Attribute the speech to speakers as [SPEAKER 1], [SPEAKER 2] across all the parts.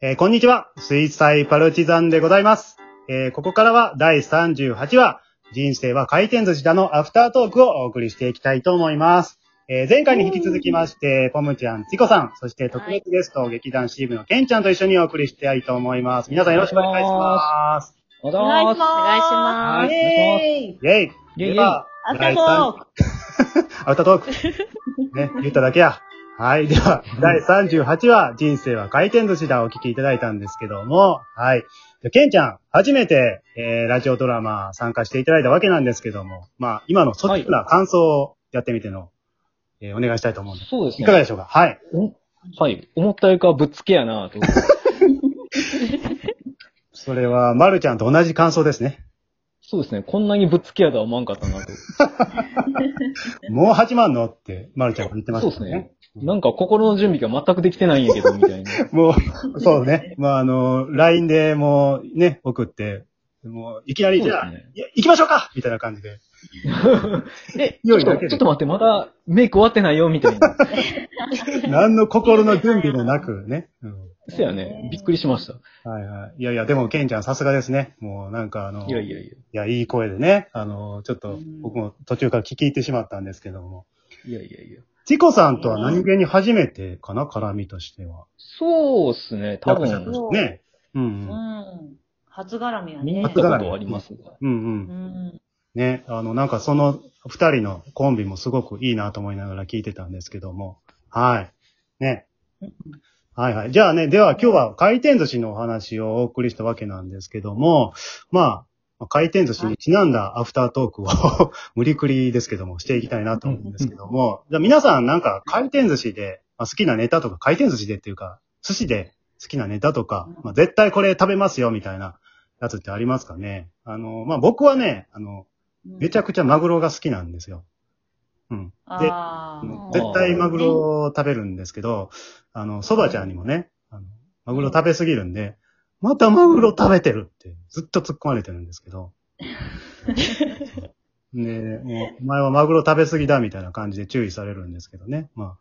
[SPEAKER 1] えーこんにちは、水彩パルチザンでございます。えーここからは第38話、人生は回転寿司だのアフタートークをお送りしていきたいと思います。えー前回に引き続きまして、ポムちゃん、チコさん、そして特別ゲスト、劇団シーブのケンちゃんと一緒にお送りしたいと思います。皆さんよろしくお願いします。
[SPEAKER 2] お
[SPEAKER 3] お願いします。
[SPEAKER 2] 願いします
[SPEAKER 3] イェーイ
[SPEAKER 1] イェイ
[SPEAKER 2] イェイイェイ
[SPEAKER 1] では
[SPEAKER 3] アフタートーク
[SPEAKER 1] アウタートーク。ね、言っただけや。はい。では、第38話、人生は回転寿司だお聞きいただいたんですけども、はい。でケンちゃん、初めて、えー、ラジオドラマ参加していただいたわけなんですけども、まあ、今の率直な感想をやってみての、えーお願いしたいと思うんです。
[SPEAKER 2] そうです
[SPEAKER 1] いかが
[SPEAKER 2] ね。
[SPEAKER 1] でしょうかはい。
[SPEAKER 2] はい。思ったよりかはぶっつけやなと。
[SPEAKER 1] それは、まるちゃんと同じ感想ですね。
[SPEAKER 2] そうですね。こんなにぶっつけやとは思わんかったなと。
[SPEAKER 1] もう始まんのって、まるちゃんが言ってま
[SPEAKER 2] そう
[SPEAKER 1] し
[SPEAKER 2] で
[SPEAKER 1] たね。
[SPEAKER 2] すね。なんか心の準備が全くできてないんやけど、みたいな。
[SPEAKER 1] も う、そうね。まあ、あの、LINE でもうね、送って、もう、いきなり、じゃあ、
[SPEAKER 2] そうですね
[SPEAKER 1] いや行きましょうかみたいな感じ で。
[SPEAKER 2] え、ち
[SPEAKER 1] よ
[SPEAKER 2] ょ
[SPEAKER 1] い
[SPEAKER 2] っ
[SPEAKER 1] だ
[SPEAKER 2] と
[SPEAKER 1] けで
[SPEAKER 2] ちょっと待って、まだメイク終わってないよ、みたいな。
[SPEAKER 1] 何の心の準備もなくね。うん
[SPEAKER 2] そう やね。びっくりしました。
[SPEAKER 1] はいはい。いやいや、でも、ケンちゃんさすがですね。もう、なんかあの、
[SPEAKER 2] いやいやい
[SPEAKER 1] いやいい声でね。あの、ちょっ
[SPEAKER 3] う
[SPEAKER 1] と
[SPEAKER 3] ん、
[SPEAKER 1] 僕も途中から聞き入ってしまったんですけども。
[SPEAKER 2] や。いやいやいや。
[SPEAKER 1] チコさんとは何気に初めてかな絡みとしては。
[SPEAKER 2] そうですね。多
[SPEAKER 1] 役者と
[SPEAKER 2] 分、
[SPEAKER 1] してね。うん
[SPEAKER 3] う
[SPEAKER 1] うん。
[SPEAKER 3] ん。初絡みや
[SPEAKER 2] 見
[SPEAKER 3] ね
[SPEAKER 2] に行っ。たことありますが。
[SPEAKER 1] うんう。
[SPEAKER 3] うんん。
[SPEAKER 1] ね。あの、なんかその二人のコンビもすごくいいなと思いながら聞いてたんですけども。はい。ね。はいはい。じゃあね、では今日は回転寿司のお話をお送りしたわけなんですけども、まあ、回転寿司にちなんだアフタートークを 無理くりですけども、していきたいなと思うんですけども、じゃあ皆さんなんか回転寿司で、まあ、好きなネタとか、回転寿司でっていうか、寿司で好きなネタとか、まあ、絶対これ食べますよみたいなやつってありますかねあの、まあ僕はね、あの、めちゃ
[SPEAKER 3] く
[SPEAKER 1] くちゃマグロが好きなんですよ。うん。で、
[SPEAKER 3] あ
[SPEAKER 2] ー。
[SPEAKER 1] 絶対マグロを食べるんですけど、あの、そばちゃんにもね、あのマグロ食べすぎるんで、またマグロ食べてるってずっと突っ込まれてるんですけ ど。ねもう、お前はマグロ食べすぎだみたいな感じで注意されるんですけどね。まあ、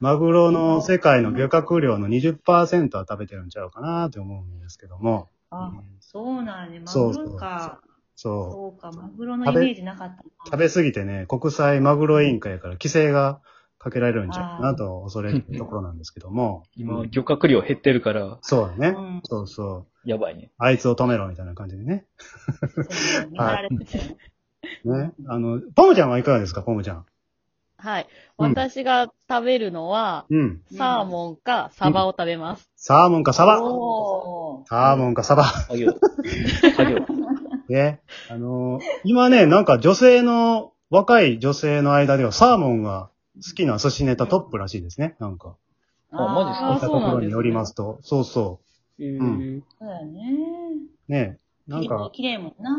[SPEAKER 1] マグロの世界の漁獲量の20%は食べてるんちゃうかなって思うんですけども。
[SPEAKER 3] あ
[SPEAKER 1] うん
[SPEAKER 3] そうなんやね。マ
[SPEAKER 1] そう
[SPEAKER 3] グ
[SPEAKER 1] そう
[SPEAKER 3] ロか。
[SPEAKER 1] そう。
[SPEAKER 3] そうか、マグロのイメージなかったな。
[SPEAKER 1] 食べ過ぎてね、国際マグロ委員会から規制がかけられるんじゃないかなと恐れるところなんですけども
[SPEAKER 2] 今、漁獲量減ってるから、
[SPEAKER 1] そうだね、
[SPEAKER 3] うん
[SPEAKER 1] そうそう。
[SPEAKER 2] やばいね。
[SPEAKER 1] あいつを止めろみたいな感じでね。
[SPEAKER 3] そうね見られてたよ
[SPEAKER 1] ね。あの、ポムちゃんはいかがですか、ポムちゃん。
[SPEAKER 4] はい。
[SPEAKER 1] うん
[SPEAKER 4] 私が食べるのは、
[SPEAKER 1] うん。
[SPEAKER 4] サーモンかサバを食べます。
[SPEAKER 1] サーモンかサバ。
[SPEAKER 3] おー
[SPEAKER 1] サーモンかサ バ。
[SPEAKER 2] あげよう。あげよう。
[SPEAKER 1] ね。あのー今ね、なんか女性の、若い女性の間ではサーモンが好きな寿司ネタトップらしいですね。なんか、
[SPEAKER 2] あマジっす
[SPEAKER 1] 聞
[SPEAKER 2] か
[SPEAKER 1] いたと
[SPEAKER 4] そ
[SPEAKER 1] こ
[SPEAKER 4] うなんで
[SPEAKER 1] ろ
[SPEAKER 4] すね
[SPEAKER 1] によりますと。そうそ
[SPEAKER 2] え
[SPEAKER 1] ん
[SPEAKER 2] ー
[SPEAKER 3] そうだよね。
[SPEAKER 1] う。ね。なんか、
[SPEAKER 3] 綺麗もんな。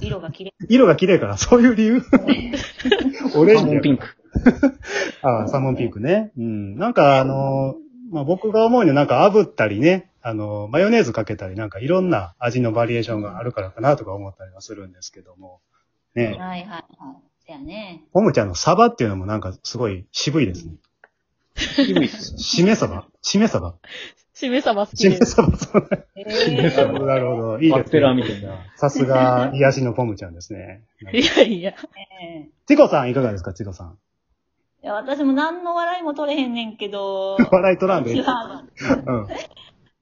[SPEAKER 3] 色が綺麗。
[SPEAKER 1] 色が綺麗から、そういう理 由オレンジや
[SPEAKER 2] サーモン
[SPEAKER 1] から
[SPEAKER 2] ピンク。
[SPEAKER 1] ああ、サーモンピンクね。うん。なんかあの、まあ、僕が思うにはなんか炙ったりね、あの、マヨネーズかけたりなんかいろんな味のバリエーションがあるからかなとか思ったりはするんですけども。ねえ、
[SPEAKER 3] はいはいはい。そ やね。
[SPEAKER 1] ポムちゃんのサバっていうのもなんかすごい渋いですね。
[SPEAKER 2] 渋いっすね。
[SPEAKER 1] しめサバしめサバ
[SPEAKER 4] しめサバ
[SPEAKER 1] し
[SPEAKER 4] 好き
[SPEAKER 1] め
[SPEAKER 4] です。
[SPEAKER 1] サバそう
[SPEAKER 3] え
[SPEAKER 2] ー
[SPEAKER 1] なるほど、なるほど。いいです、ね。
[SPEAKER 2] バッテラーみたいな。
[SPEAKER 1] さすが、癒しのポムちゃんですね。
[SPEAKER 4] いやいや。
[SPEAKER 3] え
[SPEAKER 1] チコさんいかがですか、チコさん。
[SPEAKER 3] いや、私も何の笑いも取れへんねんけど、
[SPEAKER 1] 笑い取らんでいい。
[SPEAKER 3] 違う
[SPEAKER 1] う。ん。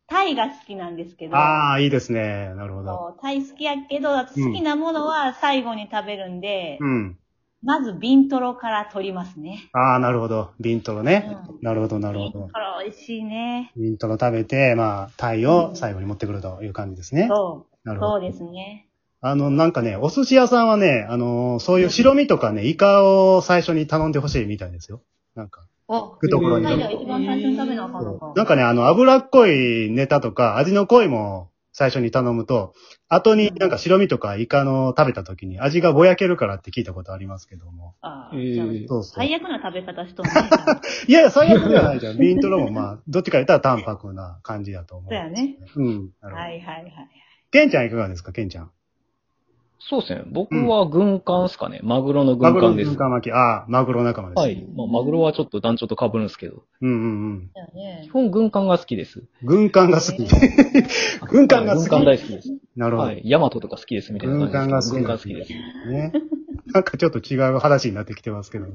[SPEAKER 3] タイが好きなんですけど、
[SPEAKER 1] ああ、いいですね。なるほど。
[SPEAKER 3] そうタイ好きやけど、好きなものは最後に食べるんで、
[SPEAKER 1] うん。
[SPEAKER 3] まずビントロから取りますね。
[SPEAKER 1] ああ、なるほど。ビントロね。
[SPEAKER 3] うん
[SPEAKER 1] なるほど、なる
[SPEAKER 3] ビ
[SPEAKER 1] ほ
[SPEAKER 3] ント
[SPEAKER 1] ど
[SPEAKER 3] ロ。美味しいね。
[SPEAKER 1] ミントロ食べて、まあ、タイを最後に持ってくるという感じですね。
[SPEAKER 3] そ
[SPEAKER 1] な
[SPEAKER 3] う、
[SPEAKER 1] る
[SPEAKER 3] そ
[SPEAKER 1] ほ
[SPEAKER 3] う
[SPEAKER 1] ど。
[SPEAKER 3] ですね。
[SPEAKER 1] あの、なんかね、お寿司屋さんはね、あのーそういう白身とかね、イカを最初に頼んでほしいみたいですよ。なんか、
[SPEAKER 3] お、
[SPEAKER 1] くところ
[SPEAKER 3] タイで
[SPEAKER 1] に。
[SPEAKER 3] は一番最初に食べなあかんのか。
[SPEAKER 1] なんかね、あの、脂っこいネタとか、味の濃いもん最初に頼むと、後になんか白身とかイカの食べた時に味がぼやけるからって聞いたことありますけども。
[SPEAKER 3] あ
[SPEAKER 2] え
[SPEAKER 3] ーじゃあ
[SPEAKER 2] ー
[SPEAKER 1] そうそう。
[SPEAKER 3] 最悪な食べ方しとん ね。そ
[SPEAKER 1] いやいや、最悪ではないじゃん。ミントロもまあ、どっちか言ったら淡白な感じだと思う。
[SPEAKER 3] うやね。
[SPEAKER 1] うん。なるほど。
[SPEAKER 3] はいはいはい。
[SPEAKER 1] ケンちゃんいかがですか、ケンちゃん。
[SPEAKER 2] そうですね。僕は軍艦ですかね。マグロの
[SPEAKER 1] マグ
[SPEAKER 2] 軍
[SPEAKER 1] ロ
[SPEAKER 2] 艦です
[SPEAKER 1] 軍。艦巻き。ああ、マグロ仲間です。
[SPEAKER 2] はい。まあ、マグロはちょっと団長と被るんですけど。
[SPEAKER 1] うんうんうん。
[SPEAKER 4] だよね
[SPEAKER 2] 基。本軍艦が好きです。
[SPEAKER 1] 軍艦が好き。軍艦が好き
[SPEAKER 2] はい軍艦大好きです。
[SPEAKER 1] なるほど。
[SPEAKER 2] はい。ヤマトとか好きですみたいな感じです。
[SPEAKER 1] 軍
[SPEAKER 2] 軍
[SPEAKER 1] 艦が
[SPEAKER 2] 艦
[SPEAKER 1] 好
[SPEAKER 2] 好
[SPEAKER 1] き
[SPEAKER 2] き
[SPEAKER 1] で
[SPEAKER 2] です。
[SPEAKER 1] ね。なんかちょっと違う話になってきてます けど。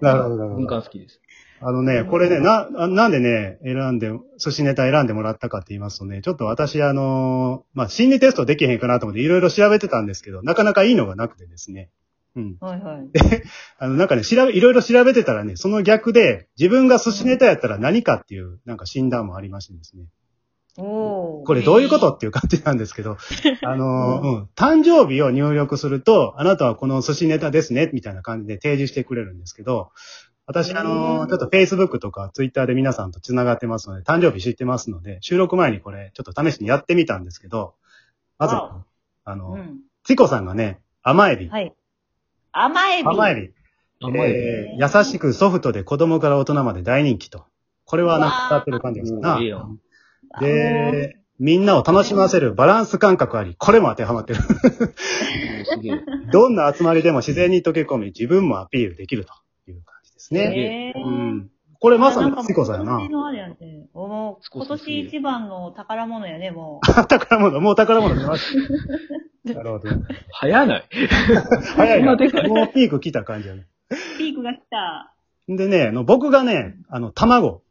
[SPEAKER 1] なるほど、なるほ
[SPEAKER 2] 軍
[SPEAKER 1] ど。
[SPEAKER 2] 艦好きです。
[SPEAKER 1] あのね、これね、な、あなんでね、選んで、寿司ネタ選んでもらったかって言いますとね、ちょっと私、あのーまあ、心理テストできへんかなと思っていろいろ調べてたんですけど、なかなかいいのがなくてですね。うん。
[SPEAKER 3] はいはい。
[SPEAKER 1] あの、なんかね、調べ、いろいろ調べてたらね、その逆で、自分が寿司ネタやったら何かっていう、なんか診断もありましてですね。
[SPEAKER 3] お
[SPEAKER 1] これどういうことっていう感じなんですけ ど、あの、うん、誕生日を入力すると、あなたはこの寿司ネタですね、みたいな感じで提示してくれるんですけど、私、あの、ちょっと Facebook とか Twitter で皆さんと繋がってますので、誕生日知ってますので、収録前にこれ、ちょっと試しにやってみたんですけど、まず
[SPEAKER 3] わお、
[SPEAKER 1] あ
[SPEAKER 3] う
[SPEAKER 1] の、
[SPEAKER 3] ん。
[SPEAKER 1] チコさんがね、甘エビ、
[SPEAKER 3] はい。甘エビ。
[SPEAKER 1] 甘エビ、
[SPEAKER 2] 甘いです。
[SPEAKER 1] えー優しくソフトで子供から大人まで大人気と。これはなんか伝わってる感じですか
[SPEAKER 2] うわ
[SPEAKER 1] な。
[SPEAKER 2] ーいいよ
[SPEAKER 1] で、みんなを楽しませるバランス感覚あり、これも当てはま ってる。
[SPEAKER 2] すげえ。
[SPEAKER 1] どんな集まりでも自然に溶け込み、自分もアピールできるという感じですね。
[SPEAKER 3] えー
[SPEAKER 1] うん。これまさに
[SPEAKER 3] なんか
[SPEAKER 1] チコさんや
[SPEAKER 3] 今年
[SPEAKER 1] な。
[SPEAKER 3] のあれやねおもう今年一番の宝物やね、も
[SPEAKER 1] 宝物、もう宝物出ま した。なるほど。
[SPEAKER 2] 早ない。
[SPEAKER 1] 早いな。
[SPEAKER 2] そんなでかい
[SPEAKER 1] もうピーク来た感じやね。
[SPEAKER 3] う。ピークが来た。
[SPEAKER 1] でね、あの僕がね、あの、卵。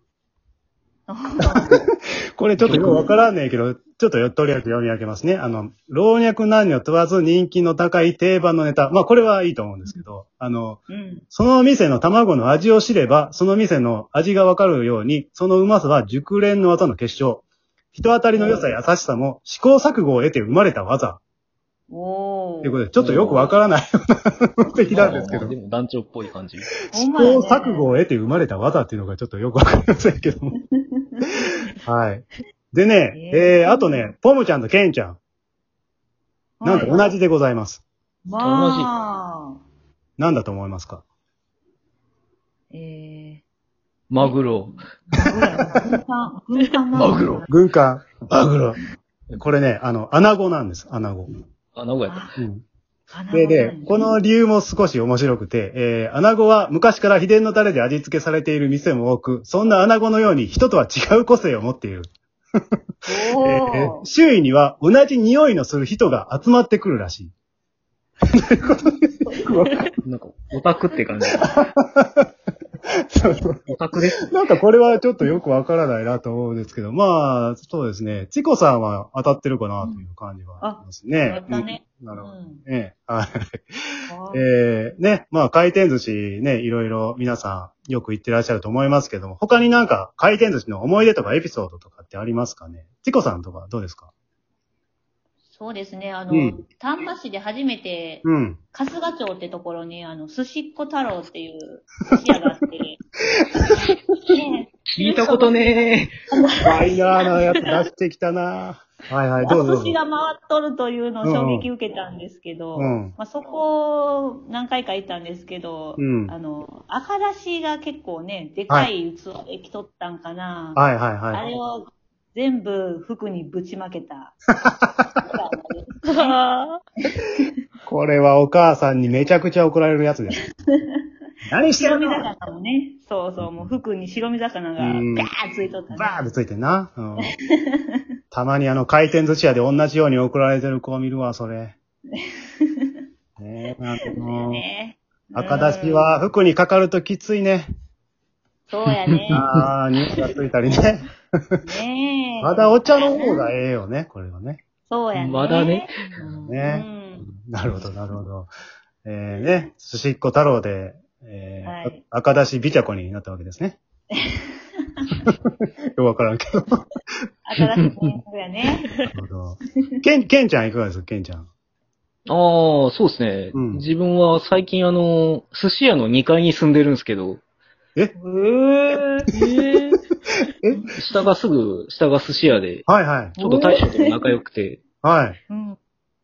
[SPEAKER 1] これちょっとよくわからんねんけど、ちょっとよとりあえず読み上げますね。あの、老若男女問わず人気の高い定番のネタ。まあこれはいいと思うんですけど、あの、
[SPEAKER 3] うん。
[SPEAKER 1] その店の卵の味を知れば、その店の味がわかるように、そのうまさは熟練の技の結晶。人当たりの良さや優しさも試行錯誤を得て生まれた技。
[SPEAKER 3] おー。
[SPEAKER 1] ということで、ちょっとよくわからないような的なんですけ
[SPEAKER 2] まあまあ
[SPEAKER 1] ど
[SPEAKER 2] で、も団長っぽい感じ。
[SPEAKER 1] 試行錯誤を得て生まれた技っていうのがちょっとよくわかりませんけども。はい。でね、
[SPEAKER 3] え
[SPEAKER 1] えー、あとね、ポムちゃんとケンちゃん、なんと同じでございます。
[SPEAKER 3] まあ。
[SPEAKER 1] なんだと思いますか
[SPEAKER 3] え
[SPEAKER 2] マグロ。
[SPEAKER 3] ー、軍艦。
[SPEAKER 2] マグロ。
[SPEAKER 1] 軍艦。マグロ。これね、あの、穴子なんです、穴子。
[SPEAKER 2] あ、名古屋やっ
[SPEAKER 1] うん。
[SPEAKER 3] あ
[SPEAKER 1] でね、こ、
[SPEAKER 3] なるほどね
[SPEAKER 1] の理由も少し面白くて、えー、穴子は昔から秘伝のタレで味付けされている店も多く、そんな穴子のように人とは違う個性を持っている。え
[SPEAKER 3] お
[SPEAKER 1] ー周囲には同じ匂いのする人が集まってくるらしい。
[SPEAKER 2] た。なんか、オタクって感じ。
[SPEAKER 1] そうそう
[SPEAKER 2] オタクです。
[SPEAKER 1] なんかこれはちょっとよくわからないなと思うんですけど、まあ、そうですね。チコさんは当たってるかなという感じはありますね。
[SPEAKER 3] うんあ当たったね
[SPEAKER 1] うんな
[SPEAKER 3] ー
[SPEAKER 1] る
[SPEAKER 3] う
[SPEAKER 1] ほど。
[SPEAKER 3] ん
[SPEAKER 1] ね、はい。
[SPEAKER 3] あー
[SPEAKER 1] えー、ね、まあ回転寿司ね、いろいろ皆さんよく行ってらっしゃると思いますけども、他になんか回転寿司の思い出とかエピソードとかってありますかねチコさんとかどうですか
[SPEAKER 3] そうですね、あ
[SPEAKER 1] う
[SPEAKER 3] の
[SPEAKER 1] ん、
[SPEAKER 3] 丹波市で初めて、
[SPEAKER 1] うん。
[SPEAKER 3] 春日町ってところに、あの、寿司っ子太郎っていう寿司屋があって、ね
[SPEAKER 2] 聞いたことね
[SPEAKER 1] ワイヤーなやつ出してきたなはいはい、どうぞどう
[SPEAKER 3] お
[SPEAKER 1] ぞ
[SPEAKER 3] 寿司。が回っとるというのを衝撃受けたんですけど、
[SPEAKER 1] うん。
[SPEAKER 3] まあ、そこ、何回か行ったんですけど、
[SPEAKER 1] うん
[SPEAKER 3] あの、赤だしが結構ね、でかい器できとったんかな。
[SPEAKER 1] はいはい
[SPEAKER 3] あ
[SPEAKER 1] は
[SPEAKER 3] れ
[SPEAKER 1] い。
[SPEAKER 3] を全部服にぶちま けた。
[SPEAKER 4] あ
[SPEAKER 1] これはお母さんにめちゃくちゃ怒られるやつ です。何して
[SPEAKER 3] 白
[SPEAKER 1] る
[SPEAKER 3] 身
[SPEAKER 1] の
[SPEAKER 3] 魚もね、そうそう、もう服に白身魚が
[SPEAKER 1] うん
[SPEAKER 3] ガーッついとった、ね。
[SPEAKER 1] バーってついてんな。うんたまにあの回転寿司屋で同じように送られてる子を見るわ、それ。ねえ、あの
[SPEAKER 3] ね。
[SPEAKER 1] 赤だしは服にかかるときついね。
[SPEAKER 3] うん。そう やね。
[SPEAKER 1] ああ、匂いがついたり ね。
[SPEAKER 3] ねえ。
[SPEAKER 1] まだお茶の方がええよね、これはね。
[SPEAKER 3] そうやね。
[SPEAKER 2] まだね
[SPEAKER 3] うん。
[SPEAKER 1] ね
[SPEAKER 3] うん
[SPEAKER 1] なるほど、なるほど。えー、ね、寿司っ子太郎で、えー
[SPEAKER 3] はい
[SPEAKER 1] あ赤だし美茶子になったわけです ね。よくわからんけど。な
[SPEAKER 3] 新しいポイントやね。
[SPEAKER 1] るほど。けん、けんちゃんいかがですか、けんちゃん。
[SPEAKER 2] ー。ああ、そうですね、
[SPEAKER 1] うん
[SPEAKER 2] 自分は最近あの、寿司屋の2階に住んでるんですけど、
[SPEAKER 4] ーえー
[SPEAKER 2] 下がすぐ、下が寿司屋で、
[SPEAKER 1] はいはい。
[SPEAKER 2] ちょっと大将とも仲良くて、
[SPEAKER 1] はい。
[SPEAKER 3] うん。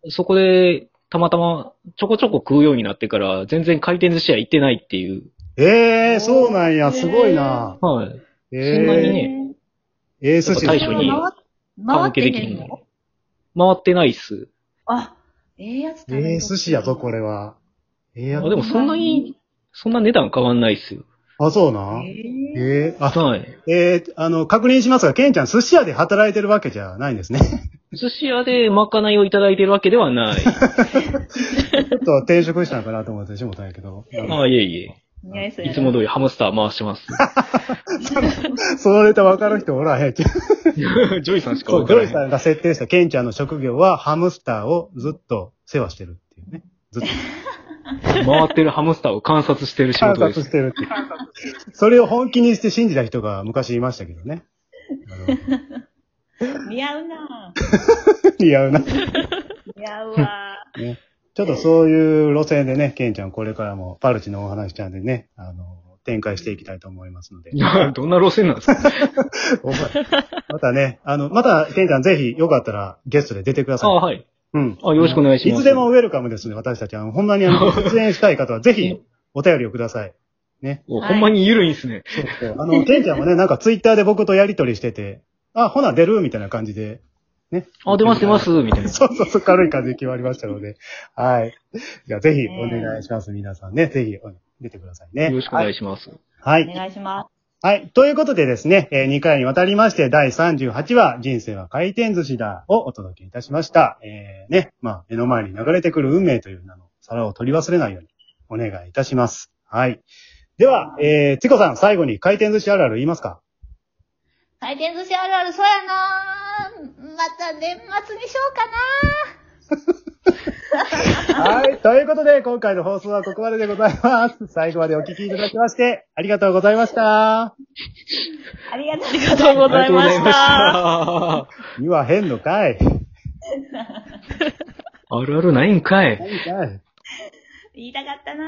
[SPEAKER 2] そこで、たまたま、ちょこちょこ食うようになってから、全然回転寿司屋行ってないっていう。
[SPEAKER 1] ええー、そうなんや、すごいな。
[SPEAKER 2] はい。
[SPEAKER 1] え
[SPEAKER 2] そんなにね
[SPEAKER 1] えー、ええ寿司
[SPEAKER 2] やっぱ大将に
[SPEAKER 3] 回っ回ってんねんの
[SPEAKER 2] 回ってないっす。
[SPEAKER 3] あ、えええやつ食
[SPEAKER 1] え
[SPEAKER 3] べる
[SPEAKER 1] え寿司やぞ、これは。ええや
[SPEAKER 2] あでもそんなに、そんな値段変わんないっすよ。
[SPEAKER 1] あ、そうなん
[SPEAKER 3] ええ
[SPEAKER 1] ええあ、
[SPEAKER 2] はい。
[SPEAKER 1] ええあの、確認しますが、ケンちゃん、寿司屋で働いてるわけじゃないんですね。
[SPEAKER 2] 寿司屋でまかないをいただいてるわけでは ない。
[SPEAKER 1] ちょっと転職したのかなと思ってしもたんやけど。
[SPEAKER 2] ああ、いえい
[SPEAKER 3] ねそ
[SPEAKER 2] え。
[SPEAKER 3] れ
[SPEAKER 2] いつも通りハムスター回してます。
[SPEAKER 1] そのネタ分かる人おらへんけど。
[SPEAKER 2] ジョイさんしか
[SPEAKER 1] そう、
[SPEAKER 2] わ
[SPEAKER 1] ジ
[SPEAKER 2] か
[SPEAKER 1] ョ
[SPEAKER 2] ら
[SPEAKER 1] イ
[SPEAKER 2] ない。
[SPEAKER 1] さんが設定したケンちゃんの職業は、ハムスターをずっと世話してるっていうね。ずっと
[SPEAKER 2] 回ってるハムスターを観察してる仕
[SPEAKER 1] 観
[SPEAKER 2] 事で
[SPEAKER 1] 察し
[SPEAKER 2] す。
[SPEAKER 1] てるっていう。それを本気にして信じた人が昔いましたけどね。あ
[SPEAKER 3] 似合うな
[SPEAKER 1] の 似合うな。
[SPEAKER 3] 似合うわ。
[SPEAKER 1] ね。ちょっとそういう路線でね、ケンちゃんこれからもパルチのお話ちゃんでね、あの、展開していきたいと思いますので
[SPEAKER 2] い。やどんな路線なんですか
[SPEAKER 1] お前 またね、あの、またケンちゃんぜひよかったらゲストで出てくだ
[SPEAKER 2] あ
[SPEAKER 1] さい。
[SPEAKER 2] はい。
[SPEAKER 1] うん。
[SPEAKER 2] あよろしくお願いします
[SPEAKER 1] いつでもウェルカムですね、私たち。あの、ほんまにあの、出演したい方はぜひお便りをください。ね。
[SPEAKER 2] お
[SPEAKER 3] はい
[SPEAKER 2] ほんまに緩いんすね。
[SPEAKER 1] そうそうあの、ケンちゃんもね、なんかツイッターで僕とやりとりしてて、あ、ほな出るみたいな感じで、ね。
[SPEAKER 2] あ、出ます出ます、みたいな。
[SPEAKER 1] そうそうそう、軽い感じで決まりましたので。はい。じゃあ、ぜひお願いします、皆さんね。ぜひ、うん出てくださいね。
[SPEAKER 2] よろしくお願いします。
[SPEAKER 1] は
[SPEAKER 3] お
[SPEAKER 1] い。
[SPEAKER 3] 願いしま
[SPEAKER 1] はい。ということでですね、え2回にわたりまして、第38話、人生は回転寿司だをお届けいたしました。えー、ね、まあ、目の前に流れてくる運命という名の皿を取り忘れないようにお願いいたします。はい。では、えー、チコさん、最後に回転寿司あるある言いますか
[SPEAKER 3] す。回転寿司あるある、そうやなまた年末にしようかな
[SPEAKER 1] はい。ということで、今回の放送はここまででございます。最後までお聞きいただきまして、ありがとうございました。
[SPEAKER 3] ありがとう
[SPEAKER 4] ありがとうございま
[SPEAKER 2] ありがとうござい
[SPEAKER 4] し。
[SPEAKER 2] ましたた。
[SPEAKER 1] 言わへんのかい。
[SPEAKER 2] あるあるないんかい。
[SPEAKER 1] ないんかい。
[SPEAKER 3] 言いたかったな